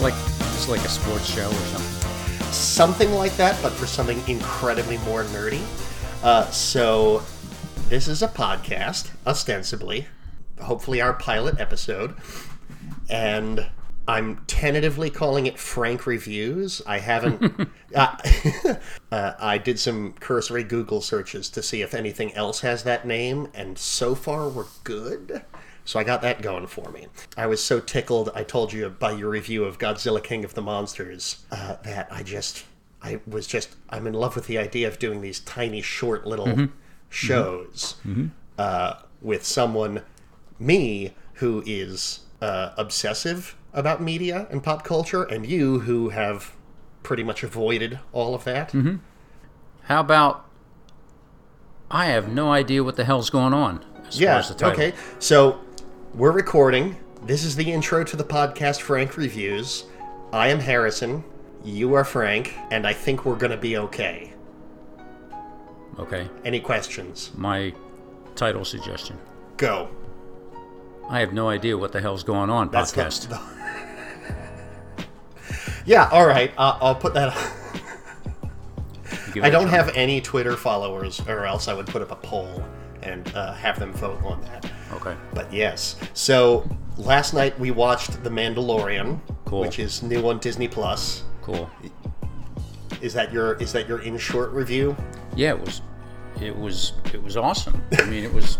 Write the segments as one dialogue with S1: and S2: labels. S1: like it's like a sports show or something.
S2: something like that, but for something incredibly more nerdy. Uh, so, this is a podcast, ostensibly, hopefully our pilot episode, and I'm tentatively calling it Frank Reviews. I haven't. uh, uh, I did some cursory Google searches to see if anything else has that name, and so far we're good. So I got that going for me. I was so tickled. I told you by your review of Godzilla King of the Monsters uh, that I just, I was just, I'm in love with the idea of doing these tiny, short little shows Uh, with someone, me, who is uh, obsessive about media and pop culture, and you, who have pretty much avoided all of that.
S1: Mm-hmm. How about I have no idea what the hell's going on as far
S2: Yeah.
S1: as the title.
S2: Okay. So we're recording. This is the intro to the podcast Frank Reviews. I am Harrison. You are Frank, and I think we're gonna be okay.
S1: Okay.
S2: Any questions?
S1: My title suggestion.
S2: Go.
S1: I have no idea what the hell's going on
S2: That's the-
S1: podcast.
S2: the- yeah. All right. Uh, I'll put that.
S1: You give
S2: I
S1: it a
S2: don't
S1: try.
S2: have any Twitter followers, or else I would put up a poll and uh, have them vote on that.
S1: Okay.
S2: But yes, so last night we watched The Mandalorian,
S1: Cool.
S2: which is new on Disney Plus.
S1: Cool.
S2: Is that your is that your in short review?
S1: Yeah, it was it was it was awesome. I mean, it was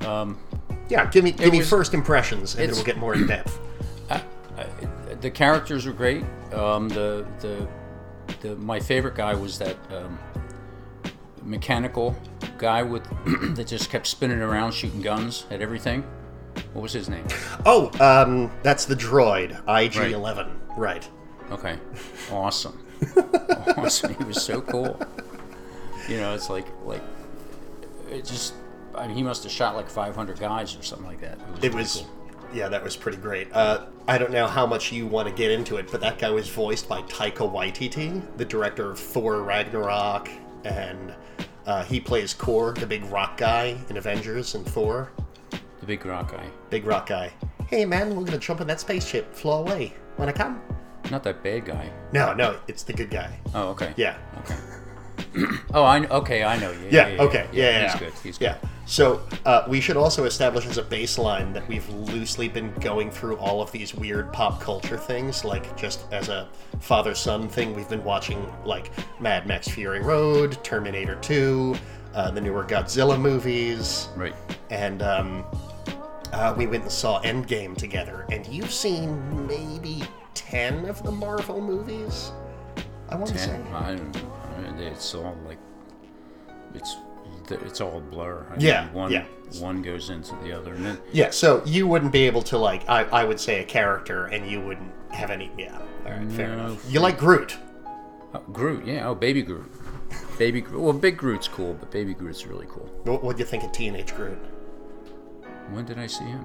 S2: Yeah, give me give me
S1: was-
S2: first impressions, and then
S1: it's-
S2: we'll get more in depth.
S1: the characters were great. Um, the, the the my favorite guy was that um, mechanical guy with that just kept spinning around, shooting guns at everything. What was his name?
S2: Oh, um, that's the droid IG Eleven, right?
S1: Okay, awesome, awesome. He was so cool. You know, it's like like it just. I mean, he must have shot like 500 guys or something like that.
S2: It was, yeah, that was pretty great. Uh, I don't know how much you want to get into it, but that guy was voiced by Taika Waititi, the director of Thor Ragnarok, and uh, he plays Korg, the big rock guy in Avengers and Thor.
S1: the big rock guy.
S2: Big rock guy. Hey man, we're gonna jump in that spaceship, fly away. Wanna come?
S1: Not that bad guy.
S2: No, no, it's the good guy.
S1: Oh, okay.
S2: Yeah.
S1: Okay. Oh, I kn- okay. I know. Yeah.
S2: Yeah, okay. Yeah, yeah,
S1: He's
S2: yeah.
S1: good. He's good.
S2: Yeah. So uh, we should also establish as a baseline that we've loosely been going through all of these weird pop culture things, like just as a father son thing, we've been watching like Mad Max Fury Road, Terminator 2, uh, the newer Godzilla movies,
S1: Right.
S2: and um, uh, we went and saw Endgame together. And you've seen maybe 10 of the Marvel movies? I want to say.
S1: And I don't know. I mean, It's all like it's it's all a blur. I
S2: Yeah,
S1: Mean, one
S2: yeah.
S1: one goes into the other, and then
S2: Yeah, so you wouldn't be able to like I, I would say a character and you wouldn't have any yeah. Alright, fair
S1: No.
S2: enough. You like Groot.
S1: oh, Groot. Yeah. Oh, baby Groot. Baby Groot. Well, big Groot's cool, but baby Groot's really cool.
S2: What would you think of teenage Groot?
S1: When did I see him?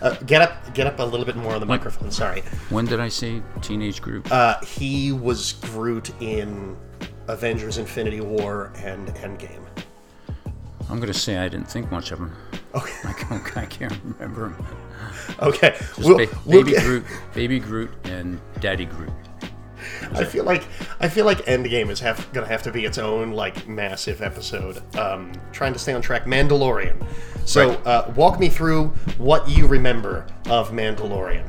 S2: Uh, get up get up a little bit more on the microphone, sorry.
S1: When did I see Teenage Groot?
S2: Uh, he was Groot in Avengers Infinity War and Endgame.
S1: I'm gonna say I didn't think much of him.
S2: Okay.
S1: I can't, I can't remember him.
S2: Okay.
S1: Just
S2: We'll-
S1: ba-
S2: we'll
S1: baby
S2: get-
S1: Groot, baby Groot, and Daddy Groot.
S2: I feel like I feel like Endgame is have, gonna have to be its own like massive episode. Um, trying to stay on track, Mandalorian. So
S1: Right.
S2: uh, walk me through what you remember of Mandalorian.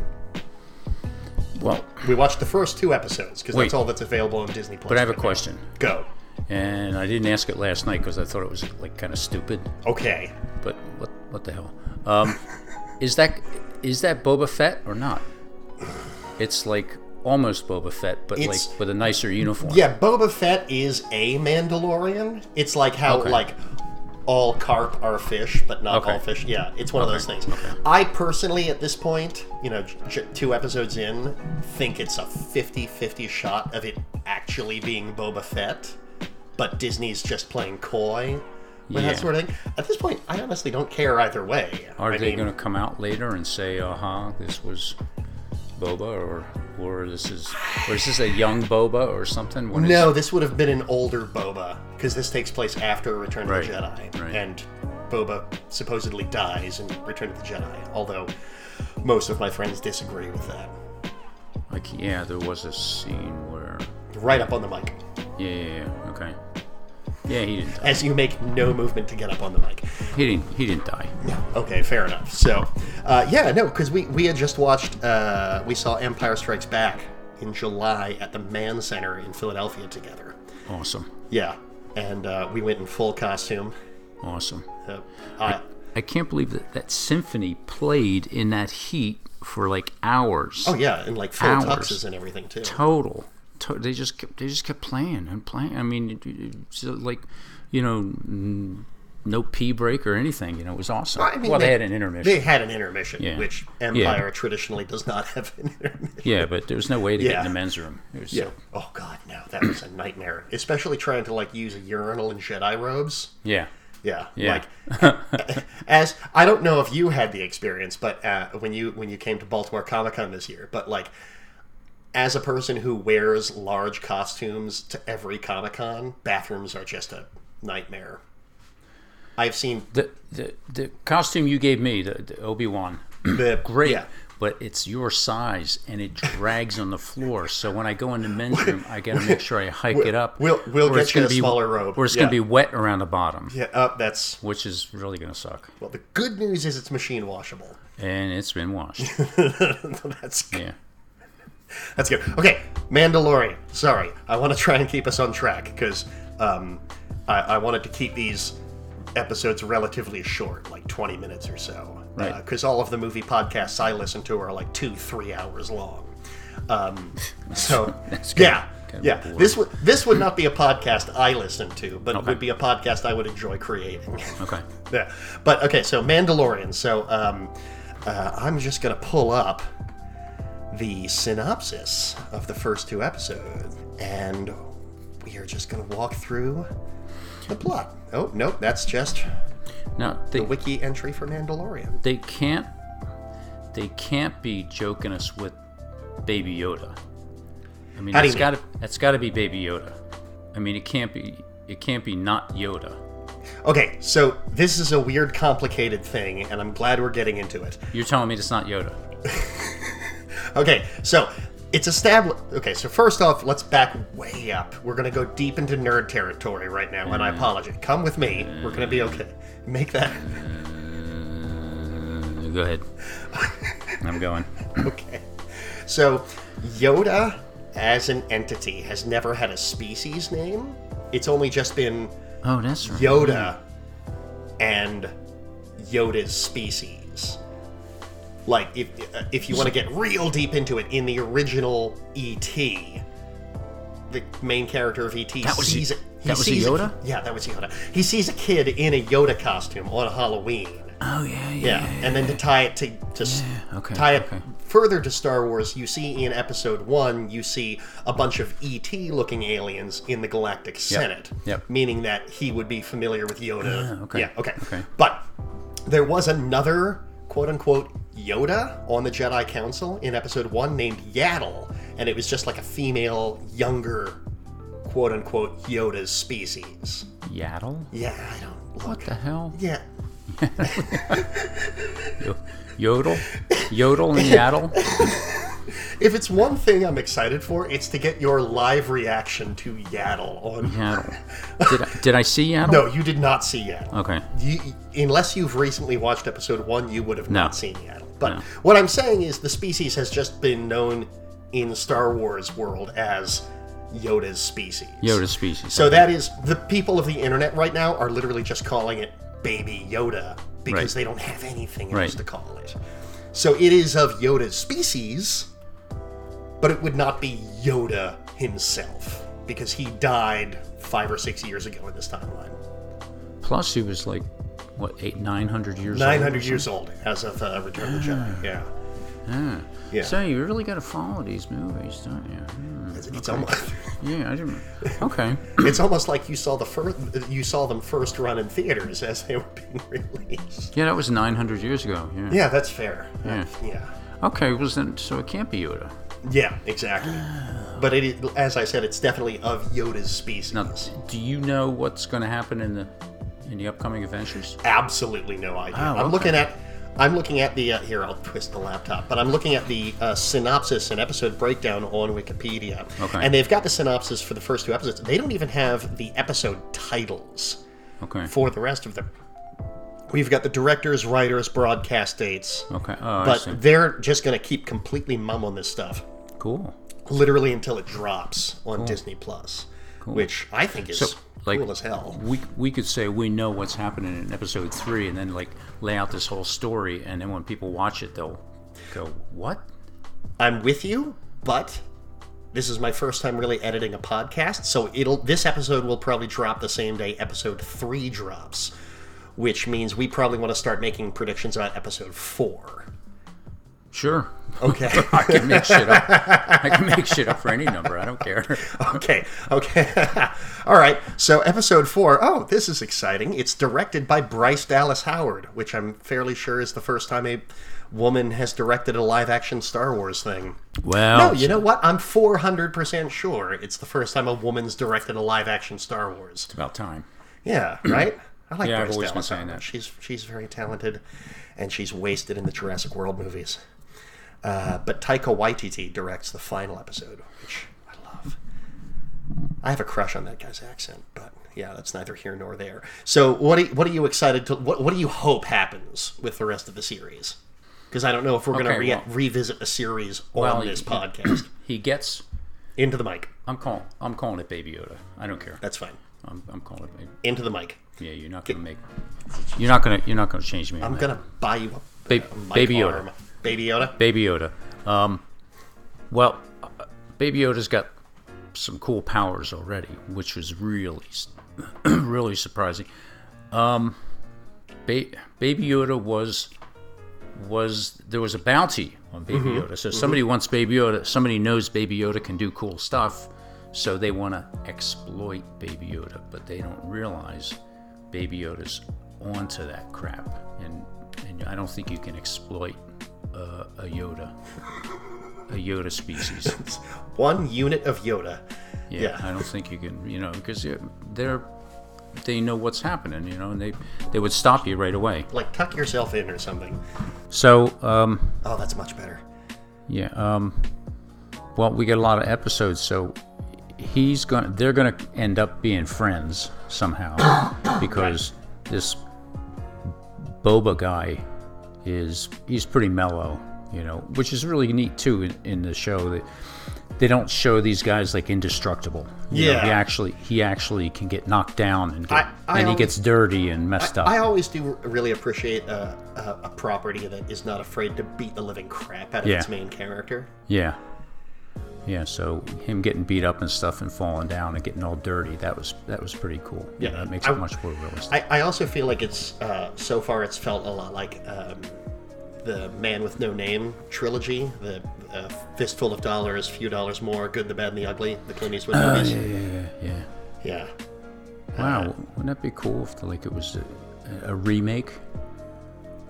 S1: Well,
S2: We watched the first two episodes because
S1: Wait.
S2: that's all that's available on Disney Plus.
S1: but I have a question.
S2: Go.
S1: and I didn't ask it last night because I thought it was like kind of stupid.
S2: Okay.
S1: But what what the hell? Um, is that is that Boba Fett or not? It's like almost Boba Fett, but
S2: It's-
S1: like with a nicer uniform.
S2: Yeah, Boba Fett is a Mandalorian. It's like how
S1: Okay.
S2: like all carp are fish, but not
S1: Okay.
S2: all fish. Yeah, it's one of those things. I personally, at this point, you know, j- j- two episodes in, think it's a 50-50 shot of it actually being Boba Fett, but Disney's just playing coy with
S1: Yeah.
S2: that sort of thing. At this point, I honestly don't care either way.
S1: Are
S2: I
S1: they
S2: mean,
S1: going to come out later and say, "Uh huh, this was Boba," or or this is or is this a young Boba or something? What is-
S2: No, this would have been an older Boba because this takes place after Return of
S1: Right,
S2: the Jedi,
S1: right.
S2: and Boba supposedly dies in Return of the Jedi. Although, Most of my friends disagree with that.
S1: Like, yeah, there was a scene where.
S2: Right up on the mic.
S1: Yeah, yeah, yeah. Okay. Yeah, he didn't. Die.
S2: As you make no movement to get up on the mic.
S1: He didn't. He didn't die.
S2: Okay, fair enough. So, uh, yeah, no, because we, we had just watched, uh, we saw Empire Strikes Back in July at the Mann Center in Philadelphia together.
S1: Awesome.
S2: Yeah, and uh, we went in full costume.
S1: Awesome.
S2: Uh, I,
S1: I can't believe that that symphony played in that heat for like hours.
S2: oh, yeah, and like full
S1: Hours.
S2: tuxes and everything, too.
S1: total. To- they just kept, they just kept playing and playing. I mean, it- it- it's like you know, n- no pee break or anything. You know, it was awesome. Well,
S2: I mean,
S1: they, had an intermission.
S2: They had an intermission,
S1: Yeah.
S2: which
S1: Yeah.
S2: Empire traditionally does not have an intermission.
S1: yeah, but there was no way to get
S2: Yeah.
S1: in the men's room. It was
S2: So, oh, God, no, that was a nightmare. Especially trying to, like, use a urinal in Jedi robes.
S1: yeah,
S2: Yeah,
S1: Yeah.
S2: Like, as I don't know if you had the experience, but uh, when you when you came to Baltimore Comic Con this year, but like, as a person who wears large costumes to every Comic Con, bathrooms are just a nightmare. I've seen
S1: The, the the costume you gave me, the, the Obi Wan,
S2: the
S1: great.
S2: Yeah,
S1: But it's your size and it drags on the floor. So when I go in the men's room, I got to make sure I hike it up.
S2: we'll- we'll
S1: or
S2: get
S1: it's
S2: you
S1: gonna
S2: a
S1: be-
S2: smaller robe.
S1: Or it's
S2: Yeah.
S1: going to be wet around the bottom,
S2: yeah. Uh, that's
S1: which is really going to suck.
S2: well. The good news is it's machine washable.
S1: And it's been washed.
S2: that's
S1: yeah.
S2: That's good. Okay, Mandalorian. Sorry, I want to try and keep us on track because um, I, I wanted to keep these episodes relatively short, like 20 minutes or so.
S1: Right.
S2: Because all of the movie podcasts I listen to are like two, three hours long. Um, so, yeah.
S1: kinda
S2: Yeah,
S1: boring.
S2: this would this would not be a podcast I listen to, but it
S1: Okay.
S2: would be a podcast I would enjoy creating.
S1: Okay.
S2: Yeah, but okay. So Mandalorian. So um, uh, I'm just gonna pull up the synopsis of the first two episodes, and we are just gonna walk through the plot. Oh nope, that's just
S1: Now they
S2: the wiki entry for Mandalorian.
S1: they can't they can't be joking us with Baby Yoda. I mean,
S2: How
S1: that's
S2: do you mean?
S1: got to that's got to be Baby Yoda. I mean, it can't be it can't be not Yoda.
S2: Okay, so this is a weird, complicated thing, and I'm glad we're getting into it.
S1: You're telling me it's not Yoda.
S2: Okay, so it's established. Okay, so first off, let's back way up. We're gonna go deep into nerd territory right now, and I apologize. Come with me. We're gonna be okay. Make that
S1: Uh, go ahead. I'm going.
S2: okay. So, Yoda as an entity has never had a species name. It's only just been
S1: Oh, that's right.
S2: Yoda and Yoda's species. Like if uh, if you want to get real deep into it, in the original ET, the main character of ET
S1: That was a-
S2: sees he
S1: that was a
S2: sees
S1: Yoda?
S2: yeah, that was Yoda. He sees a kid in a Yoda costume on Halloween.
S1: Oh yeah,
S2: Yeah,
S1: yeah.
S2: and then to tie it to to s-
S1: okay,
S2: tie it
S1: okay.
S2: further to Star Wars, you see in Episode One, you see a bunch of ET looking aliens in the Galactic Senate,
S1: yep.
S2: meaning that he would be familiar with Yoda.
S1: Ah, okay,
S2: Yeah, okay,
S1: okay.
S2: But there was another quote unquote Yoda on the Jedi Council in Episode One named Yaddle, and it was just like a female, younger quote unquote Yoda's species.
S1: Yaddle.
S2: Yeah, I don't look.
S1: What the hell?
S2: Yeah.
S1: Yo- Yodel, Yodel, and Yaddle.
S2: If it's one thing I'm excited for, it's to get your live reaction to Yaddle on.
S1: Yaddle. Did I, did I see Yaddle?
S2: No, you did not see Yaddle.
S1: Okay.
S2: You, unless you've recently watched episode one, you would have
S1: No.
S2: not seen Yaddle. But
S1: No.
S2: what I'm saying is the species has just been known in Star Wars world as Yoda's species.
S1: Yoda species.
S2: So that is the people of the internet right now are literally just calling it Baby Yoda because
S1: Right.
S2: they don't have anything else
S1: Right.
S2: to call it. So it is of Yoda's species, but it would not be Yoda himself because he died five or six years ago in this timeline.
S1: Plus, he was like, what, eight, nine hundred years old?
S2: 900 years old as of uh, Return of the
S1: Ah.
S2: Jedi. Yeah.
S1: Yeah.
S2: Yeah.
S1: So you really got to follow these movies, don't you?
S2: It's, it's almost.
S1: Yeah, yeah I didn't. Okay.
S2: It's almost like you saw the first, you saw them first run in theaters as they were being released.
S1: Yeah, that was 900 years ago. Yeah.
S2: Yeah, that's fair.
S1: Yeah.
S2: yeah.
S1: Okay, well, then, so it can't be Yoda.
S2: Yeah, exactly. But it, is- as I said, it's definitely of Yoda's species.
S1: Now, do you know what's going to happen in the in the upcoming adventures?
S2: Absolutely no idea.
S1: Oh,
S2: I'm looking at I'm looking at the uh, here. I'll twist the laptop, but I'm looking at the uh, synopsis and episode breakdown on Wikipedia,
S1: Okay.
S2: and they've got the synopsis for the first two episodes. They don't even have the episode titles
S1: Okay.
S2: for the rest of them. We've got the directors, writers, broadcast dates,
S1: Okay. Oh, I see.
S2: but they're just going to keep completely mum on this stuff,
S1: Cool.
S2: literally until it drops on Disney Plus, which I think is
S1: like-
S2: cool as hell.
S1: We we could say we know what's happening in episode three, and then like lay out this whole story, and then when people watch it, they'll go, "What?"
S2: I'm with you, but this is my first time really editing a podcast, so it'll this episode will probably drop the same day episode 3 drops, which means we probably want to start making predictions about episode 4.
S1: Sure.
S2: Okay.
S1: I can make shit up. I can make shit up for any number. I don't care.
S2: okay. Okay. All right. So episode 4. Oh, this is exciting. It's directed by Bryce Dallas Howard, which I'm fairly sure is the first time a woman has directed a live action Star Wars thing. No,
S1: Well,
S2: you know what? I'm 400% sure it's the first time a woman's directed a live action Star Wars.
S1: about time.
S2: Yeah, right? I like
S1: Yeah, I've
S2: Bryce
S1: always been
S2: Dallas
S1: saying
S2: Howard.
S1: that.
S2: She's, she's very talented, and she's wasted in the Jurassic World movies. Uh, but Taika Waititi directs the final episode, which I love. I have a crush on that guy's accent, but yeah, that's neither here nor there. So, what are, what are you excited to? What, what do you hope happens with the rest of the series? Because I don't know if we're going to
S1: Okay,
S2: re-
S1: well-
S2: revisit the series on
S1: Well,
S2: this
S1: you-
S2: podcast.
S1: He gets.
S2: Into the mic.
S1: I'm calling. I'm calling it Baby Yoda. I don't care.
S2: That's fine.
S1: I'm, I'm calling it. Baby.
S2: Into the mic.
S1: Yeah, you're not gonna make. You're not gonna. You're not gonna change me. on
S2: I'm
S1: that.
S2: gonna buy you a,
S1: Ba-
S2: a mic
S1: Baby Yoda.
S2: arm. Baby Yoda.
S1: Baby Yoda. Um, well, uh, Baby Yoda's got some cool powers already, which was really, s- really surprising. Um, ba- Baby Yoda was was there was a bounty on Baby Yoda, so somebody wants Baby Yoda. Somebody knows Baby Yoda can do cool stuff, so they want to exploit Baby Yoda, but they don't realize Baby Yoda's onto that crap, and and I don't think you can exploit uh, a Yoda, a Yoda species.
S2: One unit of Yoda.
S1: Yeah,
S2: Yeah.
S1: I don't think you can, you know, because they're they know what's happening, you know, and they they would stop you right away.
S2: Like tuck yourself in or something.
S1: So, um,
S2: Oh, that's much better.
S1: Yeah. Um, well, we get a lot of episodes, so he's gonna. They're gonna end up being friends somehow because this Boba guy is he's pretty mellow, you know, which is really neat too in, in the show that they don't show these guys like indestructible. You know,
S2: Yeah.
S1: he actually he actually can get knocked down and get,
S2: I-
S1: and
S2: I
S1: he
S2: always-
S1: gets dirty and messed up.
S2: I always do really appreciate a, a, a property that is not afraid to beat the living crap out of
S1: Yeah.
S2: its main character.
S1: Yeah. Yeah, so him getting beat up and stuff and falling down and getting all dirty, that was that was pretty cool. Yeah,
S2: Yeah,
S1: that makes
S2: I-
S1: it much more realistic.
S2: I, I also feel like it's uh, so far it's felt a lot like um, the Man with No Name trilogy, the uh, fistful of dollars, few dollars more, good, the bad, and the ugly, the Clint Eastwood movies.
S1: Uh, yeah, yeah.
S2: yeah.
S1: Wow,
S2: uh,
S1: wouldn't that be cool if like it was a, a remake?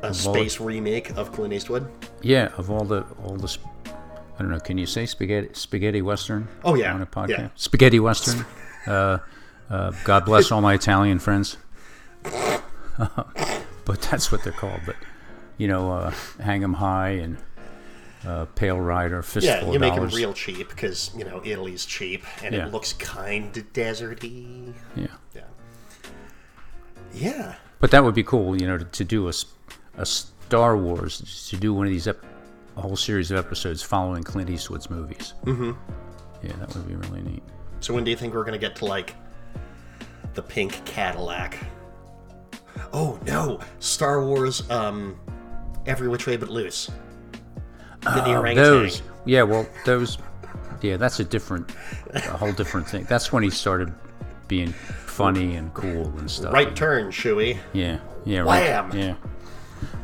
S2: a space remake of Clint Eastwood.
S1: Yeah, of all the all the sp- I don't know, can you say spaghetti spaghetti western?
S2: Oh, yeah,
S1: On a podcast.
S2: yeah.
S1: Spaghetti western. uh, uh, God bless all my Italian friends. but that's what they're called, but you know, uh, hang 'em high and uh, pale rider, fistful
S2: Yeah,
S1: of
S2: you make him
S1: dollars.
S2: real cheap because you know Italy's cheap and
S1: Yeah.
S2: it looks kind of deserty.
S1: Yeah,
S2: Yeah, yeah,
S1: but that would be cool, you know, to, to do a, s- a Star Wars, to do one of these, ep- a whole series of episodes following Clint Eastwood's movies. Mm-hmm. Yeah, that would be really neat.
S2: So when do you think we're gonna get to like the pink Cadillac? Oh no, Star Wars, um, every which way but loose. The
S1: Oh,
S2: orangutan.
S1: those, yeah, well, those, yeah, that's a different, a whole different thing. That's when he started being funny and cool and stuff.
S2: Right turn, Chewie.
S1: Yeah. Yeah. Right.
S2: Wham!
S1: Yeah.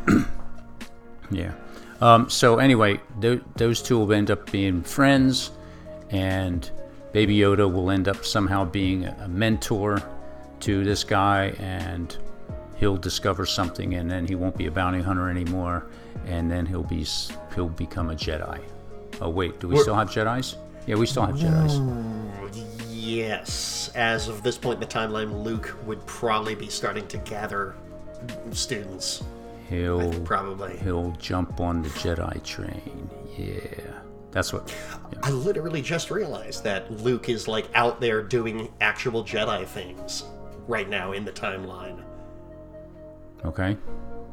S1: yeah. Um, so anyway, th- those two will end up being friends, and Baby Yoda will end up somehow being a a mentor to this guy, and he'll discover something, and then he won't be a bounty hunter anymore, and then he'll be s- he'll become a Jedi. Oh wait, do we still have Jedi's? Yeah, we still have Jedi's.
S2: Yes, as of this point in the timeline, Luke would probably be starting to gather students
S1: He'll
S2: probably.
S1: he'll jump on the Jedi train. Yeah, that's what. yeah.
S2: I literally just realized that Luke is like out there doing actual Jedi things right now in the timeline.
S1: Okay.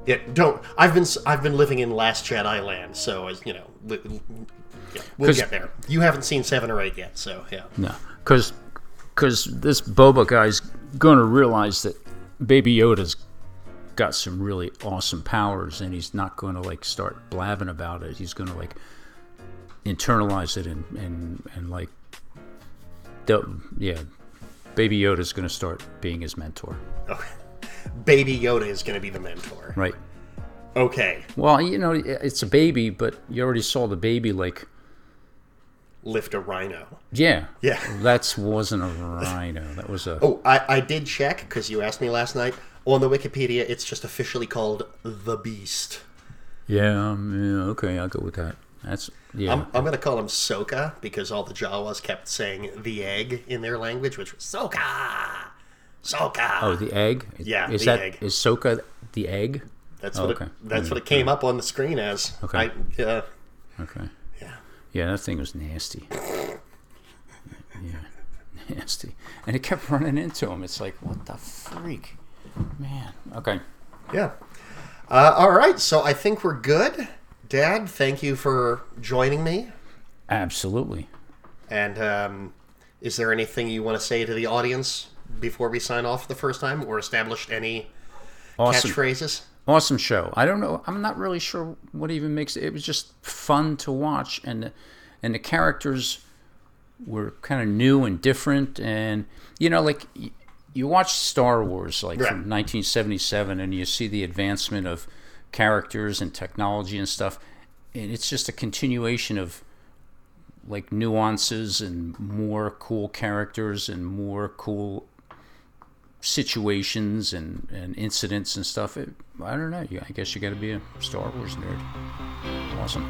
S2: Yeah, don't. I've been s- I've been living in Last Jedi land, so as you know, li- li- yeah, we'll
S1: 'Cause-
S2: get there. You haven't seen seven or eight yet, so yeah.
S1: No, because this Boba guy's gonna realize that Baby Yoda's got some really awesome powers, and he's not gonna like start blabbing about it. He's gonna like internalize it and and and like, do- yeah, Baby Yoda's gonna start being his mentor,
S2: Okay. Baby Yoda is going to be the mentor.
S1: right?
S2: Okay,
S1: Well, you know, it's a baby, but you already saw the baby like.
S2: lift a rhino.
S1: Yeah.
S2: Yeah.
S1: That wasn't a rhino. That was a.
S2: Oh, I, I did check because you asked me last night. On the Wikipedia, it's just officially called the Beast.
S1: Yeah, um, yeah. Okay, I'll go with that. That's yeah.
S2: I'm, I'm going to call him Soka because all the Jawas kept saying the egg in their language, which was Soka! Soka!
S1: oh, the egg.
S2: Yeah,
S1: Is
S2: the
S1: that
S2: egg.
S1: is Soka the egg?
S2: that's what
S1: okay. Mm,
S2: it, that's what it came up on the screen as.
S1: Okay.
S2: I, uh,
S1: Okay.
S2: yeah.
S1: Yeah, that thing was nasty. Yeah, nasty. And it kept running into him. It's like, what the freak, man. Okay.
S2: Yeah. Uh, all right, so I think we're good. Dad, thank you for joining me.
S1: Absolutely.
S2: And um, is there anything you want to say to the audience before we sign off the first time or establish any
S1: Awesome.
S2: catchphrases?
S1: awesome show. I don't know. I'm not really sure what even makes it. It was just fun to watch, and and the characters were kind of new and different, and you know, like y- you watch Star Wars, like
S2: Right.
S1: from 1977, and you see the advancement of characters and technology and stuff, and it's just a continuation of like nuances and more cool characters and more cool situations and, and incidents and stuff. It, I don't know. You, I guess you got to be a Star Wars nerd. Awesome.